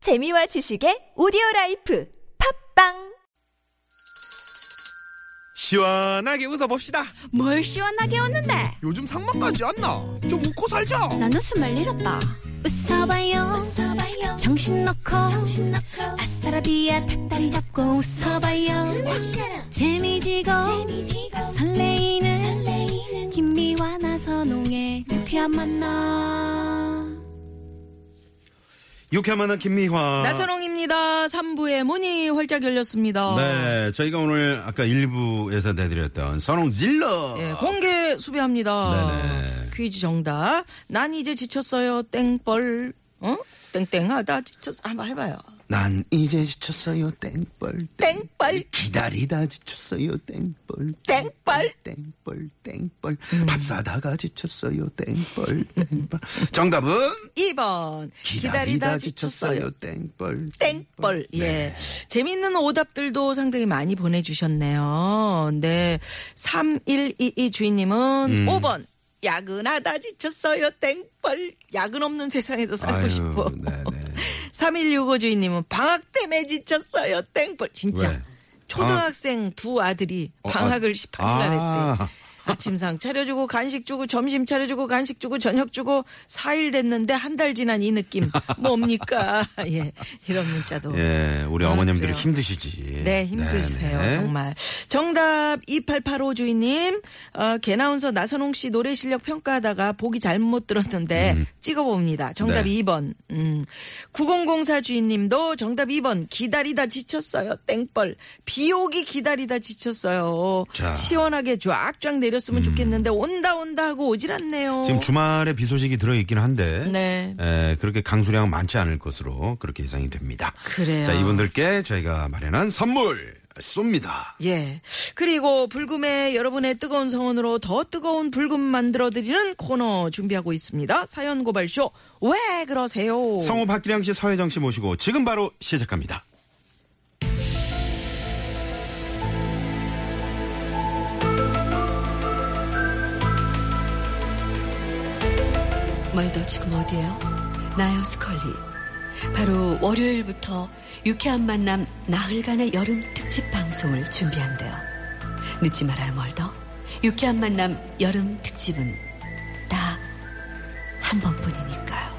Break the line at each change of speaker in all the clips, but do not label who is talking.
재미와 지식의 오디오 라이프 팝빵
시원하게 웃어봅시다.
뭘 시원하게 웃는데
요즘 상만까지 안 나. 좀 웃고 살자.
난 웃음을 잃었다 웃어봐요, 정신 놓고 아싸라비아 닭다리 잡고 웃어봐요 재미지고, 설레이는, 김미와 나선홍의 유쾌한 만남
유쾌한 만남
아.
김미화.
나선홍입니다. 3부의 문이 활짝 열렸습니다.
네, 저희가 오늘 아까 1부에서 내드렸던 선홍 질러.
예, 공개 수배합니다.
네네.
퀴즈 정답. 난 이제 지쳤어요. 땡벌. 어? 땡땡하다 지쳤어. 한번 해봐요.
난 이제 지쳤어요 땡벌
땡벌.
기다리다 지쳤어요 땡벌
땡벌.
땡벌 땡벌
음.
밥 사다가 지쳤어요 땡벌 땡벌 정답은
2번. 기다리다, 지쳤어요.
땡벌
땡벌. 예. 재밌는 오답들도 상당히 많이 보내주셨네요. 네. 3122 주인님은 오 5번. 야근하다 지쳤어요. 땡벌. 야근 없는 세상에서 살고
아유,
싶어.
네네.
3165 주인님은 방학 때문에 지쳤어요. 땡벌. 진짜.
왜?
초등학생 두 아들이 방학을
아.
18일 날
아.
했대. 아침상 차려주고 간식 주고 점심 차려주고 간식 주고 저녁 주고 4일 됐는데 한 달 지난 이 느낌 뭡니까? 예. 이런 문자도.
예, 우리
아,
어머님들이
그래요.
힘드시지.
네, 힘드세요.
예. 네네.
정말. 정답 2885 주인님. 어, 개나운서 나선홍 씨 노래 실력 평가하다가 보기 잘못 들었는데 찍어봅니다. 정답
음. 네.
2번. 음. 9004 주인님도 정답 2번. 기다리다 지쳤어요. 땡벌. 비 오기 기다리다 지쳤어요.
자. 음.
시원하게 쫙쫙 내렸으면 좋겠는데 온다 온다 하고 오질 않네요.
지금 주말에 비 소식이 들어있긴 한데
어. 네.
에, 그렇게 강수량은 많지 않을 것으로 그렇게 예상이 됩니다.
그래요.
자 이분들께 저희가 마련한 선물 쏩니다.
예. 그리고 불금에 여러분의 뜨거운 성원으로 더 뜨거운 불금 만들어드리는 코너 준비하고 있습니다. 사연 고발쇼. 왜 그러세요?
성우 박기량 씨, 서혜정 씨 모시고 지금 바로 시작합니다.
멀더 지금 어디에요? 나요 스컬리. 바로 월요일부터 유쾌한 만남 나흘간의 여름 특집 방송을 준비한대요. 늦지 말아요 멀더. 유쾌한 만남 여름 특집은 딱 한 번뿐이니까요.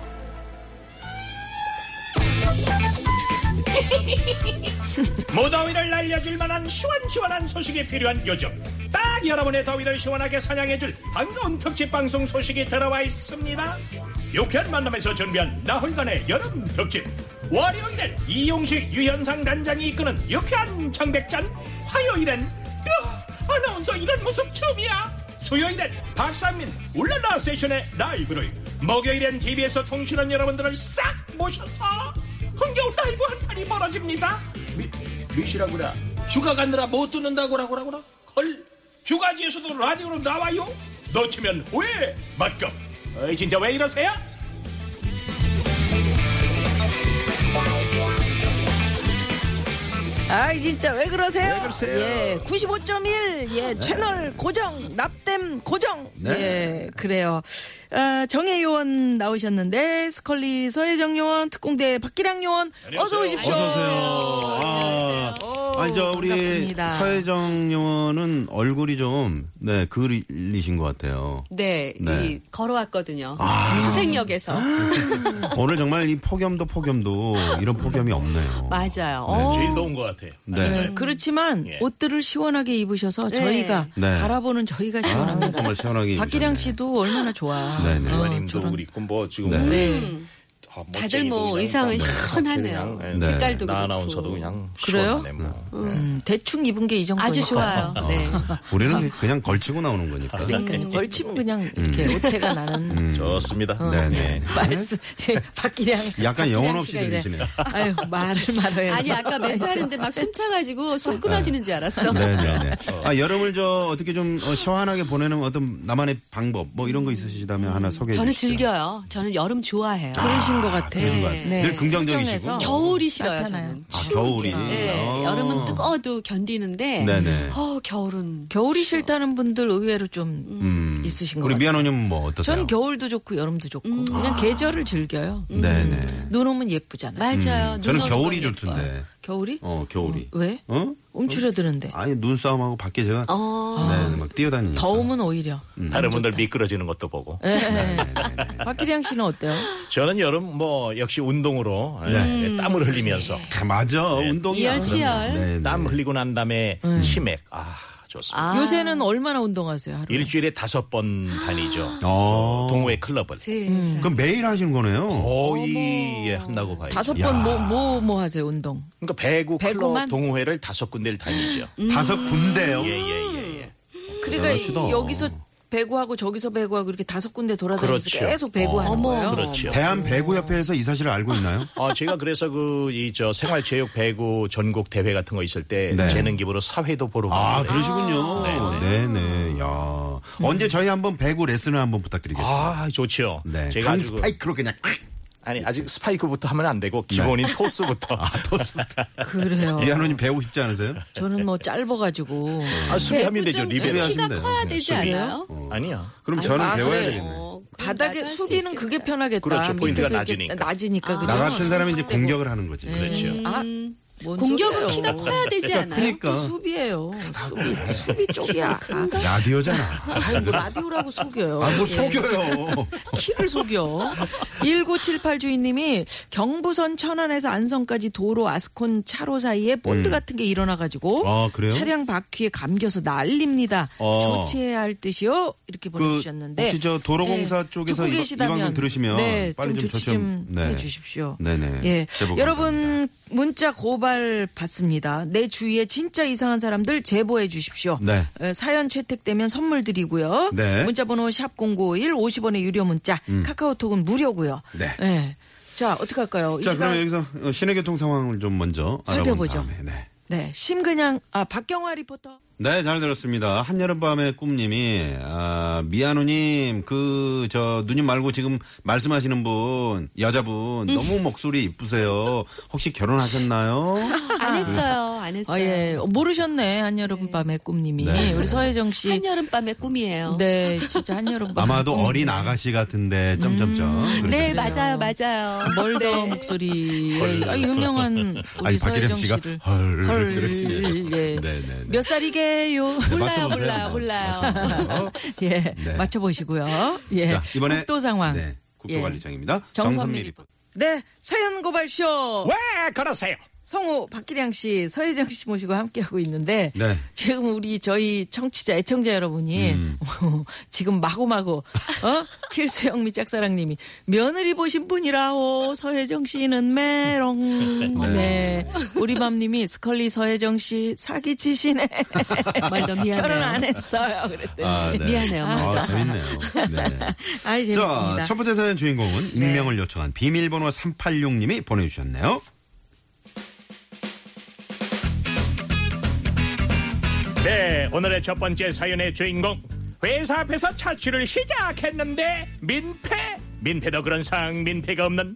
무더위를 날려줄 만한 시원시원한 소식이 필요한 요즘 딱 여러분의 더위를 시원하게 사냥해줄 반가운 특집 방송 소식이 들어와 있습니다 유쾌한 만남에서 준비한 나홀간의 여름 특집 월요일엔 이용식 유현상 단장이 이끄는 유쾌한 청백잔 화요일엔 야, 아나운서 이런 모습 처음이야 수요일엔 박상민 울랄라 세션의 라이브를 목요일엔 TV에서 통신한 여러분들을 싹 모셔서 흥겨운 라이브 한 판이 벌어집니다. 미, 미시라구나. 휴가 가느라 못 듣는다고라고라고라. 헐, 휴가지에서도 라디오로 나와요? 놓치면 왜? 맞죠? 어이, 진짜 왜 이러세요?
아이, 진짜 왜 그러세요?
왜 그러세요?
예. 95.1. 예. 채널 고정. 납땜 고정.
네.
예. 그래요. 아, 정혜 요원 나오셨는데, 스컬리 서혜정 요원, 특공대 박기량 요원.
안녕하세요.
어서오십시오.
어서 오세요.
오,
아, 아니 저 우리
반갑습니다.
서혜정 요원은 얼굴이 좀 네, 그리신 것 같아요.
네,
네.
이 걸어왔거든요.
아.
수생역에서
음.
오늘 정말 이 폭염도 폭염도 이런 폭염이 없네요.
맞아요.
네.
어,
제일 더운 것 같아요.
네.
음. 그렇지만
예.
옷들을 시원하게 입으셔서
네.
저희가
네.
바라보는 저희가
아,
시원합니다.
정말 시원하게.
박기량
입으셨네.
씨도 얼마나 좋아.
예. 네네.
어,
의원님도
저런-
그리고 뭐 지금
네.
다 멋쟁이도
다들 뭐
그냥
의상은
다
시원하네요.
그냥,
네.
색깔도
나
그렇고.
아나운서도 그냥
그래요?
시원하네 뭐.
음, 대충 입은 게 이 정도니까.
아주 좋아요.
어.
네.
우리는 그냥 걸치고 나오는 거니까.
음, 걸치면 그냥 이렇게 옷태가 나는
음. 네.
좋습니다.
어. 네네.
말씀. 제 박기량.
약간
박기량
영혼 없이
씨가 이래.
들리시네요.
아유 말을
네.
말아요.
아니 아까 멘트 하는데 막 숨차가지고 숨 끊어지는 줄 알았어.
네네네. 아, 여름을 저 어떻게 좀 어, 시원하게 보내는 어떤 나만의 방법 뭐 이런 거 있으시다면 하나 소개해
저는
주시죠.
즐겨요. 저는 여름 좋아해요.
그러신 것 같아.
그래서
그런 것 같아요.
네.
늘 긍정적이시고.
걱정해서.
겨울이 싫어요
나타나요.
저는.
아, 겨울이.
네,
어.
여름은 뜨거워도 견디는데
네네.
어 겨울은
겨울이 싫다는 분들 의외로 좀
음.
있으신 것
우리
같아요.
미안호님 뭐 어떠세요? 아.
전 겨울도 음. 좋고 여름도 좋고
음.
그냥 계절을 즐겨요.
네네. 음.
눈 오면 예쁘잖아요.
맞아요. 눈
저는
오는
겨울이
건 예뻐요.
좋던데.
겨울이?
어, 겨울이.
왜?
어?
움츠려드는데.
아니, 눈싸움하고 밖에 제가.
어.
네, 막 뛰어다니니까.
더우면 오히려.
다른 분들 미끄러지는 것도 보고.
네. 박기량 씨는 어때요?
저는 여름 뭐 역시 운동으로 예, 땀을 흘리면서
아, 맞아. 운동이야.
이열치열.
네, 네.
땀 흘리고 난 다음에 치맥. 아 좋습니다.
아,
요새는 얼마나 운동하세요? 하루에?
일주일에 다섯 번 다니죠.
어.
동호회
음.
클럽을
세상.
그럼 매일 하시는 거네요.
거의 예, 한다고 봐요.
다섯
야.
번 뭐 뭐 뭐 하세요 운동?
그러니까 배구
배구만?
클럽 동호회를 다섯 군데를 다니죠.
다섯 군데요.
예 예, 예, 예.
그러니까 이-
대단하시다.
여기서 배구하고 저기서 배구하고 이렇게 다섯 군데 돌아다니면서
그렇죠.
계속 배구하는
어머.
거예요.
그렇죠.
대한 배구협회에서 이 사실을 알고 있나요?
아, 제가 그래서 그, 이, 저, 생활체육 배구 전국 대회 같은 거 있을 때
네.
재능 기부로 사회도 보러
아,
가는데.
그러시군요. 네네. 야 언제 저희 한번 배구 레슨을 한번 부탁드리겠습니다.
네. 아, 좋죠.
네.
제가
강
아주 그-
스파이크로 그냥 콱!
아니, 아직 스파이크부터 하면 안 되고, 기본인 토스부터.
아, 떴습니다.
그래요.
이한호님 배우고 싶지 않으세요?
저는 뭐 짧아가지고
아, 수비하면 되죠,
좀
리베로.
수비하시면
키가
돼요.
네, 커야 되지
수비.
않아요?
아니요.
그럼 저는
아,
네. 배워야
그래요?
되겠네.
어, 그럼
바닥에
나갈 수
수비는
있겠다. 아.
그게 편하겠다.
그렇죠. 포인트가
밑에서 이렇게
낮으니까.
낮으니까 그죠?
나 같은 사람이 이제 공격을 하는 거지.
그렇죠.
아, 뭔
음. 공격은
소리예요.
키가 커야 되지 않아요?
또
그러니까
수비예요. 수비, 수비 쪽이야. 아,
라디오잖아.
아이고 라디오라고 속여요.
아, 뭘
예.
속여요.
키를 속여. 1978 주인님이 경부선 천안에서 안성까지 도로 아스콘 차로 사이에 본드 같은 게 일어나가지고
음. 아, 그래요?
차량 바퀴에 감겨서 날립니다.
어. 그
조치해야 할 듯이요. 이렇게 보내주셨는데
혹시 저 도로공사
예,
쪽에서
듣고
이- 이
계시다면
방송 들으시면
네,
빨리
좀
좀
조치
저 좀-
좀
네.
해주십시오.
네네.
예.
제보
여러분 문자 고발 받습니다. 내 주위에 진짜 이상한 사람들 제보해 주십시오.
네.
에, 어, 사연 채택되면 선물 드리고요.
네. 음.
문자 번호 샵 0951, 50원의 유료 문자. 카카오톡은 무료고요.
네.
예. 자, 어떻게 할까요? 이
자,
시간
그럼 여기서 어, 시내 교통 상황을 좀 먼저 알아본
살펴보죠.
다음에. 네.
네. 심근양 아 박경화 리포터.
네, 잘 들었습니다. 한여름밤의 꿈님이, 아, 미아누님, 그, 저, 누님 말고 지금 말씀하시는 분, 여자분, 너무 목소리 이쁘세요. 혹시 결혼하셨나요?
안 했어요. 안 했어요.
아 예. 모르셨네. 한여름밤의 꿈님이.
네.
우리 서혜정 씨.
한여름밤의 꿈이에요.
네. 진짜 한여름밤.
아마도 어린 아가씨 같은데, 점점점.
네,
그러시네요.
맞아요. 맞아요. 네.
멀더 목소리 아, 유명한 우리
아니,
서혜정
박기량 씨가
씨를
헐,
헐,
그러시네요.
예.
네네네. 네,
몇 살이게요?
몰라요,
맞춰보세요.
몰라요, 몰라요.
맞춰보세요.
예,
네.
맞춰보시고요. 예,
자, 이번에.
국도 상황.
네, 국도관리청입니다.
정선미
정선미
리포터.
리포터.
네, 사연 고발쇼
왜 그러세요?
성우 박기량 씨, 서혜정 씨 모시고 함께하고 있는데
네.
지금 우리 저희 청취자 애청자 여러분이 지금 마구마구 어? 칠수영미 짝사랑님이 며느리 보신 분이라오 서혜정 씨는 메롱 네. 우리맘님이 스컬리 서혜정 씨 사기치시네
멀더
뭐, 결혼 안
미안해요.
했어요 그랬더니
아, 네.
미안해요,
아,
맞다.
재밌네요. 네.
아이 재밌습니다. 네.
자, 첫 번째 사연 주인공은 익명을 요청한 비밀번호 386님이 보내주셨네요.
네, 오늘의 첫 번째 사연의 주인공. 회사 앞에서 차출을 시작했는데 민폐, 민폐도 그런 상 민폐가 없는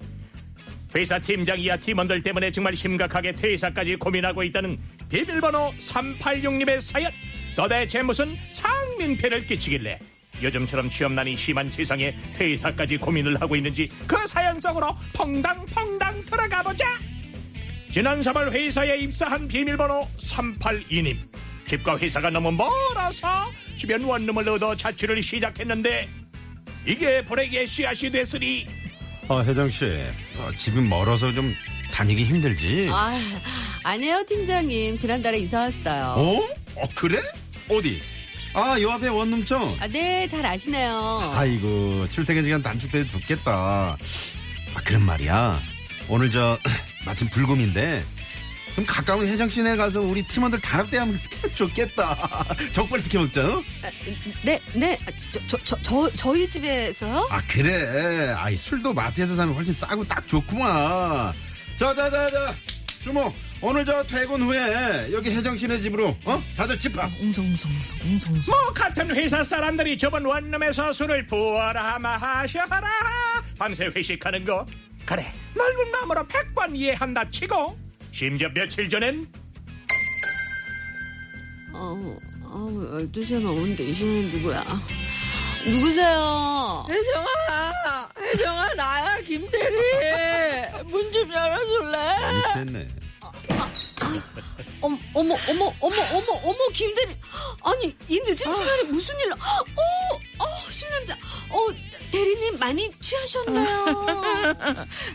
회사 팀장 이하 팀원들 때문에 정말 심각하게 퇴사까지 고민하고 있다는 비밀번호 386님의 사연. 도대체 무슨 상민폐를 끼치길래 요즘처럼 취업난이 심한 세상에 퇴사까지 고민을 하고 있는지 그 사연 속으로 펑당펑당 들어가 보자. 지난 3월 회사에 입사한 비밀번호 382님. 집과 회사가 너무 멀어서 주변 원룸을 얻어 자취를 시작했는데 이게 불행의 씨앗이 됐으니
아, 혜정 씨. 아, 집이 멀어서 좀 다니기 힘들지?
아, 아니에요, 팀장님. 지난달에 이사 왔어요.
어? 어, 그래? 어디? 아, 요 앞에 원룸청.
아, 네, 잘 아시네요.
아이고, 출퇴근 시간 단축돼 좋겠다. 아, 그런 말이야. 오늘 저, 마침 불금인데. 그럼 가까운 혜정 씨네 가서 우리 팀원들 단합대하면 좋겠다. 족발 시켜 먹자. 어?
네, 네. 아, 저, 저, 저, 저, 저희 집에서요?
아 그래 아이 술도 마트에서 사면 훨씬 싸고 딱 좋구만 자자자자 주모 오늘 저 퇴근 후에 여기 혜정 씨네 집으로 어 다들 집합
웅성웅성 웅성웅성
뭐 같은 회사 사람들이 저번 원룸에서 술을 부어라 마셔라 밤새 회식하는 거 그래 넓은 마음으로 100번 이해한다 치고 심지어 며칠 전엔
어, 어, 12시에 나오는데 이 시간에 누구야? 누구세요?
혜정아, 혜정아, 나야, 김대리. 문 좀 열어줄래?
많이 취했네.
어머, 어머, 어머, 어머, 어머, 어머, 김대리. 아니, 이 늦은 시간에 무슨 일로. 어, 어, 술 냄새. 어, 대리님 많이 취하셨나요?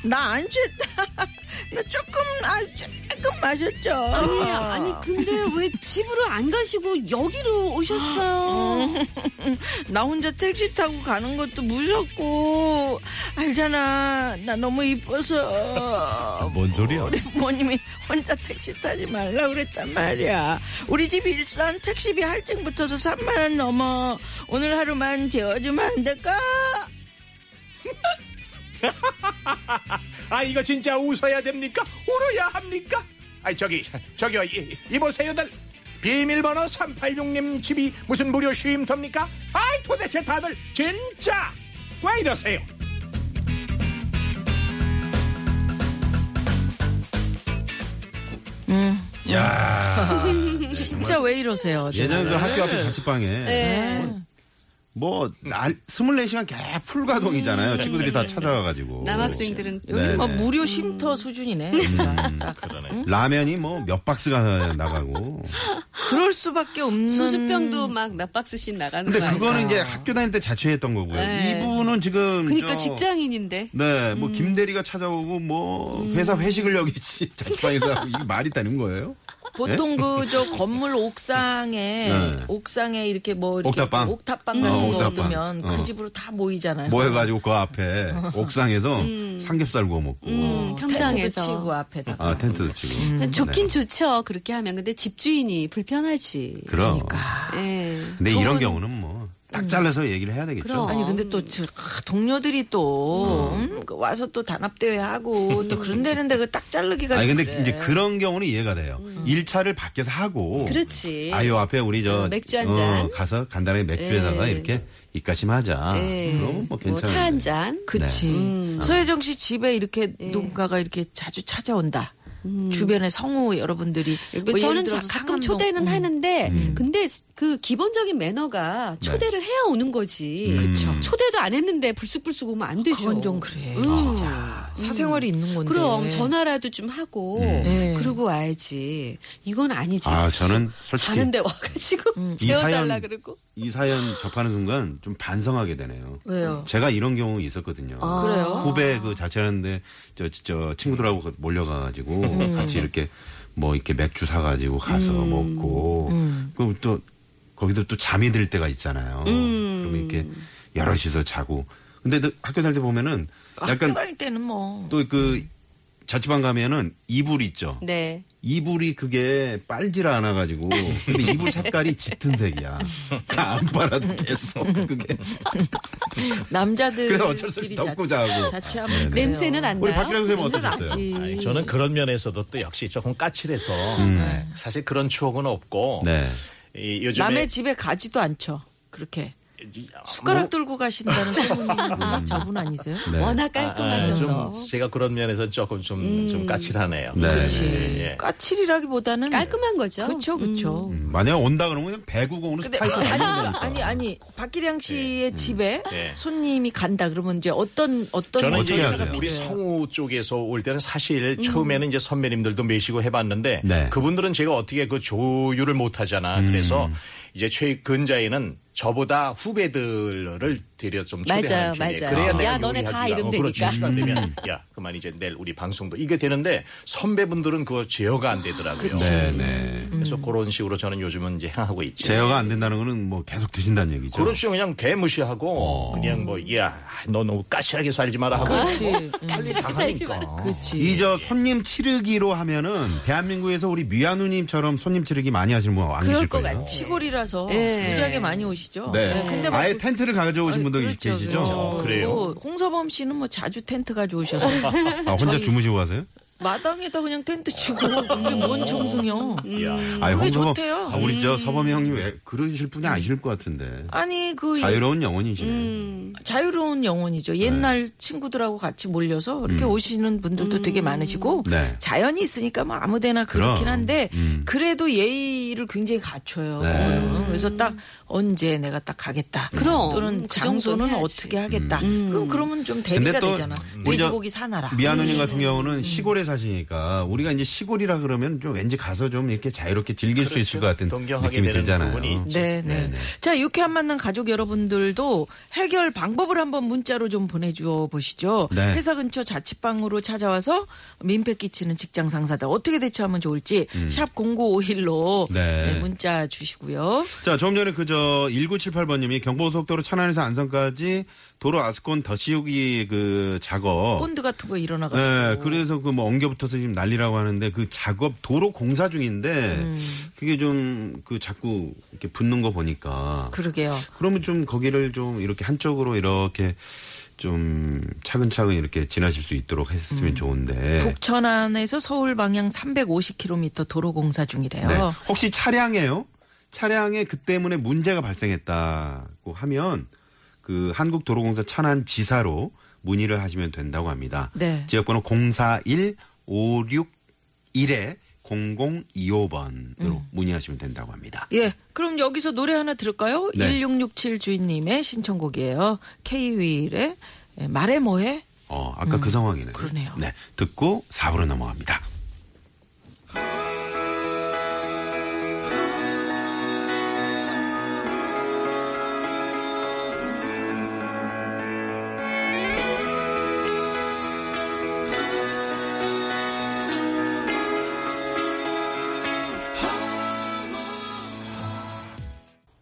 나 안 취했다. 나 조금, 아, 조금 마셨죠.
아니, 아니, 근데 왜 집으로 안 가시고 여기로 오셨어요?
나 혼자 택시 타고 가는 것도 무섭고 알잖아 나 너무 이뻐서
아, 뭔 소리야?
우리 부모님이 혼자 택시 타지 말라 그랬단 말이야 우리 집 일산 택시비 할증 붙어서 3만원 넘어 오늘 하루만 재워주면 안 될까?
아 이거 진짜 웃어야 됩니까? 울어야 합니까? 아이 저기 저기요 이, 이보세요들 비밀번호 386님 집이 무슨 무료 쉼터입니까? 아이 도대체 다들 진짜 왜 이러세요?
야
진짜 왜 이러세요
예전에 그 학교 앞에 자취방에
네.
뭐 날, 24시간 개 풀가동이잖아요. 친구들이 다 찾아와가지고.
음. 남학생들은.
여기
네,
뭐
네. 음.
무료 쉼터 수준이네
라면이 뭐 몇 박스가 나가고.
그럴 수밖에 없는
소주병도 막 몇 박스씩 나가는
근데
거 아니에요?
그거는 이제 학교 다닐 때 자취했던 거고요.
그러니까. 네.
이분은 지금
그러니까
저-
직장인인데.
네,
음.
뭐 김대리가 찾아오고 뭐 회사 회식을 여기 지- 자취방에서 하고 이게 말이 되는 거예요?
보통 그 저 건물 옥상에
네.
옥상에 이렇게 뭐 이렇게
옥탑방?
옥탑방
음.
같은
어,
거
옥탑방.
얻으면
어.
그 집으로 다 모이잖아요.
모여가지고 그 앞에 옥상에서 삼겹살 구워 먹고
음,
어, 텐트도 치고
평상에서.
앞에다.
아 텐트도 치고.
음.
네.
좋긴 좋죠. 그렇게 하면. 근데 집주인이 불편하지.
그럼.
그러니까.
예.
근데 이런 경우는 뭐 딱 잘라서 얘기를 해야 되겠죠.
그럼.
아니 근데 또 저- 아, 동료들이 또
어.
음, 그 와서 또 단합대회 하고 또 그런 데는데 그 딱 자르기가
아니 근데
그래.
이제 그런 경우는 이해가 돼요. 일차를 밖에서 하고
음. 그렇지.
아유 앞에 우리 저
어, 맥주 한 잔.
어, 가서 간단하게 맥주에다가
예.
이렇게 입가심 하자.
예.
그럼 뭐 괜찮은데.
차한 잔.
그치
네.
음.
아.
서혜정 씨 집에 이렇게
예.
누군가가 이렇게 자주 찾아온다. 주변의 성우 여러분들이 뭐 예를
음. 저는 자-
들어서
가끔
상암동-
초대는
음.
하는데 근데 그 기본적인 매너가 초대를
네.
해야 오는
음.
거지.
그쵸.
초대도 안 했는데 불쑥불쑥 오면 안 되죠.
아, 그건 좀 그래.
음.
아,
진짜 사생활이 있는 건데.
그럼 전화라도 좀 하고
예.
그러고 와야지. 이건 아니지.
음. 아 저는 솔직히
자는데 와가지고
음.
이
재워달라
사연-
그러고.
이 사연 접하는 순간 좀 반성하게 되네요.
왜요? 아,
제가 이런 경우 있었거든요.
그래요?
후배 그 자취하는데 저, 저 친구들하고 그 몰려가가지고
음.
같이 이렇게 뭐 이렇게 맥주 사가지고 가서 먹고
음.
그럼 또 거기도 또 잠이 들 때가 있잖아요.
음.
그러면 이렇게 여럿이서 자고 근데 또 학교 다닐 때 보면은
아, 학교
약간
다닐 때는 뭐
또 그 자취방 가면은 이불 있죠.
네.
이불이 그게 빨질 않아가지고 근데 이불 색깔이 짙은 색이야. 안 빨아도 계속 그게
남자들
그래서 어쩔 수 없이 덮고 자고.
자취하면
네,
그래요.
냄새는 안
우리
나요?
박기량 선생님
냄새
어떠셨어요?
나지.
아니, 저는 그런 면에서도 또 역시 조금 까칠해서 네, 사실 그런 추억은 없고
음. 네.
이, 요즘에
남의 집에 가지도 않죠. 그렇게
이- 아,
숟가락
뭐-
들고 가신다는 소문이 저분 아니세요?
네.
워낙
아,
깔끔하셔서.
좀 제가 그런 면에서 조금 좀, 좀 까칠하네요.
네.
음. 그렇지.
예, 예.
까칠이라기보다는
깔끔한 거죠.
그렇죠, 그렇죠.
음, 만약에 온다 그러면 그냥 배구공으로
근데
스파이크
아니
맞는 거니까.
아니 아니 박기량
네,
씨의
음.
집에
네.
손님이 간다 그러면 이제 어떤 어떤
저는
어떻게
이제
하세요?
네.
우리 성우 쪽에서 올 때는 사실 처음에는 이제 선배님들도 메시고 해봤는데
네.
그분들은 제가 어떻게 그 조율을 못 하잖아. 그래서
음.
이제 최근자에는 저보다 후배들을 데려 좀
맞아요,
초대하는 편이에요.
맞아요.
그래야 내가
야, 너네 다
요리하기가-
이름
어, 그렇지.
되니까. 음.
시간 되면 야 그만 이제 내일 우리 방송도 이게 되는데 선배분들은 그거 제어가 안 되더라고요.
네, 네.
그래서 그런 식으로 저는 요즘은 이제 하고 있죠. 그렇죠.
제어가 안 된다는 거는 뭐 계속 드신다는 얘기죠.
그런 식으로 그냥
어.
개무시하고 그냥 뭐야너 너무 까칠하게 살지 마라 하고
그렇죠.
그렇지.
까칠하게 살지 마라.
이 저 손님 치르기로 하면은 대한민국에서 우리 미아누님처럼 손님 치르기 많이 하시는 분 안 계실
그럴 것
거예요.
같아.
시골이라서
예.
무지하게 많이 오시죠.
네.
예, 근데 뭐
아예
그-
텐트를 가져오신 분도
그렇죠,
계시죠?
그렇죠.
그래요?
뭐 홍서범 씨는 뭐 자주 텐트 가져오셔서
아, 혼자
저희-
주무시고 가세요?
마당에다 그냥 텐트 치고 그게 뭔 정성이야.
이야.
아니,
음, 그게
홍서범-
좋대요. 음.
아, 우리 저 서범이 형님 왜 그러실 분이 아실 것 같은데.
아니 음. 그
자유로운 네. 영혼이시네.
음.
자유로운 영혼이죠. 옛날 친구들하고 같이 몰려서 이렇게 오시는 분들도 되게
음.
많으시고
음. 네.
자연이 있으니까 뭐 아무데나 그렇긴
그럼. 음.
한데 그래도 예의를 굉장히 갖춰요.
네. 음.
어, 그래서 딱 언제 내가 딱 가겠다.
그럼,
또는
그
장소는
정도는 해야지.
어떻게 하겠다. 그럼 그러면 좀 대비가 되잖아.
우리 저
돼지고기 사놔라.
미아노님 같은
음.
경우는 시골에 사시니까 우리가 이제 시골이라 그러면 좀 왠지 가서 좀 이렇게 자유롭게 즐길 수 있을 것 같은
그렇죠. 동경하게
느낌이
되는
들잖아요.
부분이 있죠.
네, 네. 자, 유쾌한 만남 가족 여러분들도 해결 방법을 한번 문자로 좀 보내주어 보시죠.
네.
회사 근처 자취방으로 찾아와서 민폐 끼치는 직장 상사들 어떻게 대처하면 좋을지 샵 0951로
음. 네.
문자 주시고요.
자, 조금 전에 그저 1978번님이 경보속도로 천안에서 안성까지 도로 아스콘 더 씌우기 그 작업.
본드 같은 거 일어나가지고.
네, 그래서 그 뭐 엉겨붙어서 지금 난리라고 하는데 그 작업 도로 공사 중인데
음.
그게 좀 그 자꾸 이렇게 붙는 거 보니까
그러게요.
그러면 좀 거기를 좀 이렇게 한쪽으로 이렇게 좀 차근차근 이렇게 지나실 수 있도록 했으면
음.
좋은데.
북천안에서 서울 방향 350km 도로 공사 중이래요.
네. 혹시 차량에요? 차량에 그 때문에 문제가 발생했다고 하면 그 한국도로공사 천안 지사로 문의를 하시면 된다고 합니다.
네.
지역번호 041561에 0025번으로
음.
문의하시면 된다고 합니다.
예. 그럼 여기서 노래 하나 들을까요?
네.
1667 주인님의 신청곡이에요. K-윌의 말해 뭐해?
어, 아까 그 상황이네요.
음. 그러네요.
네. 듣고 4부로 넘어갑니다.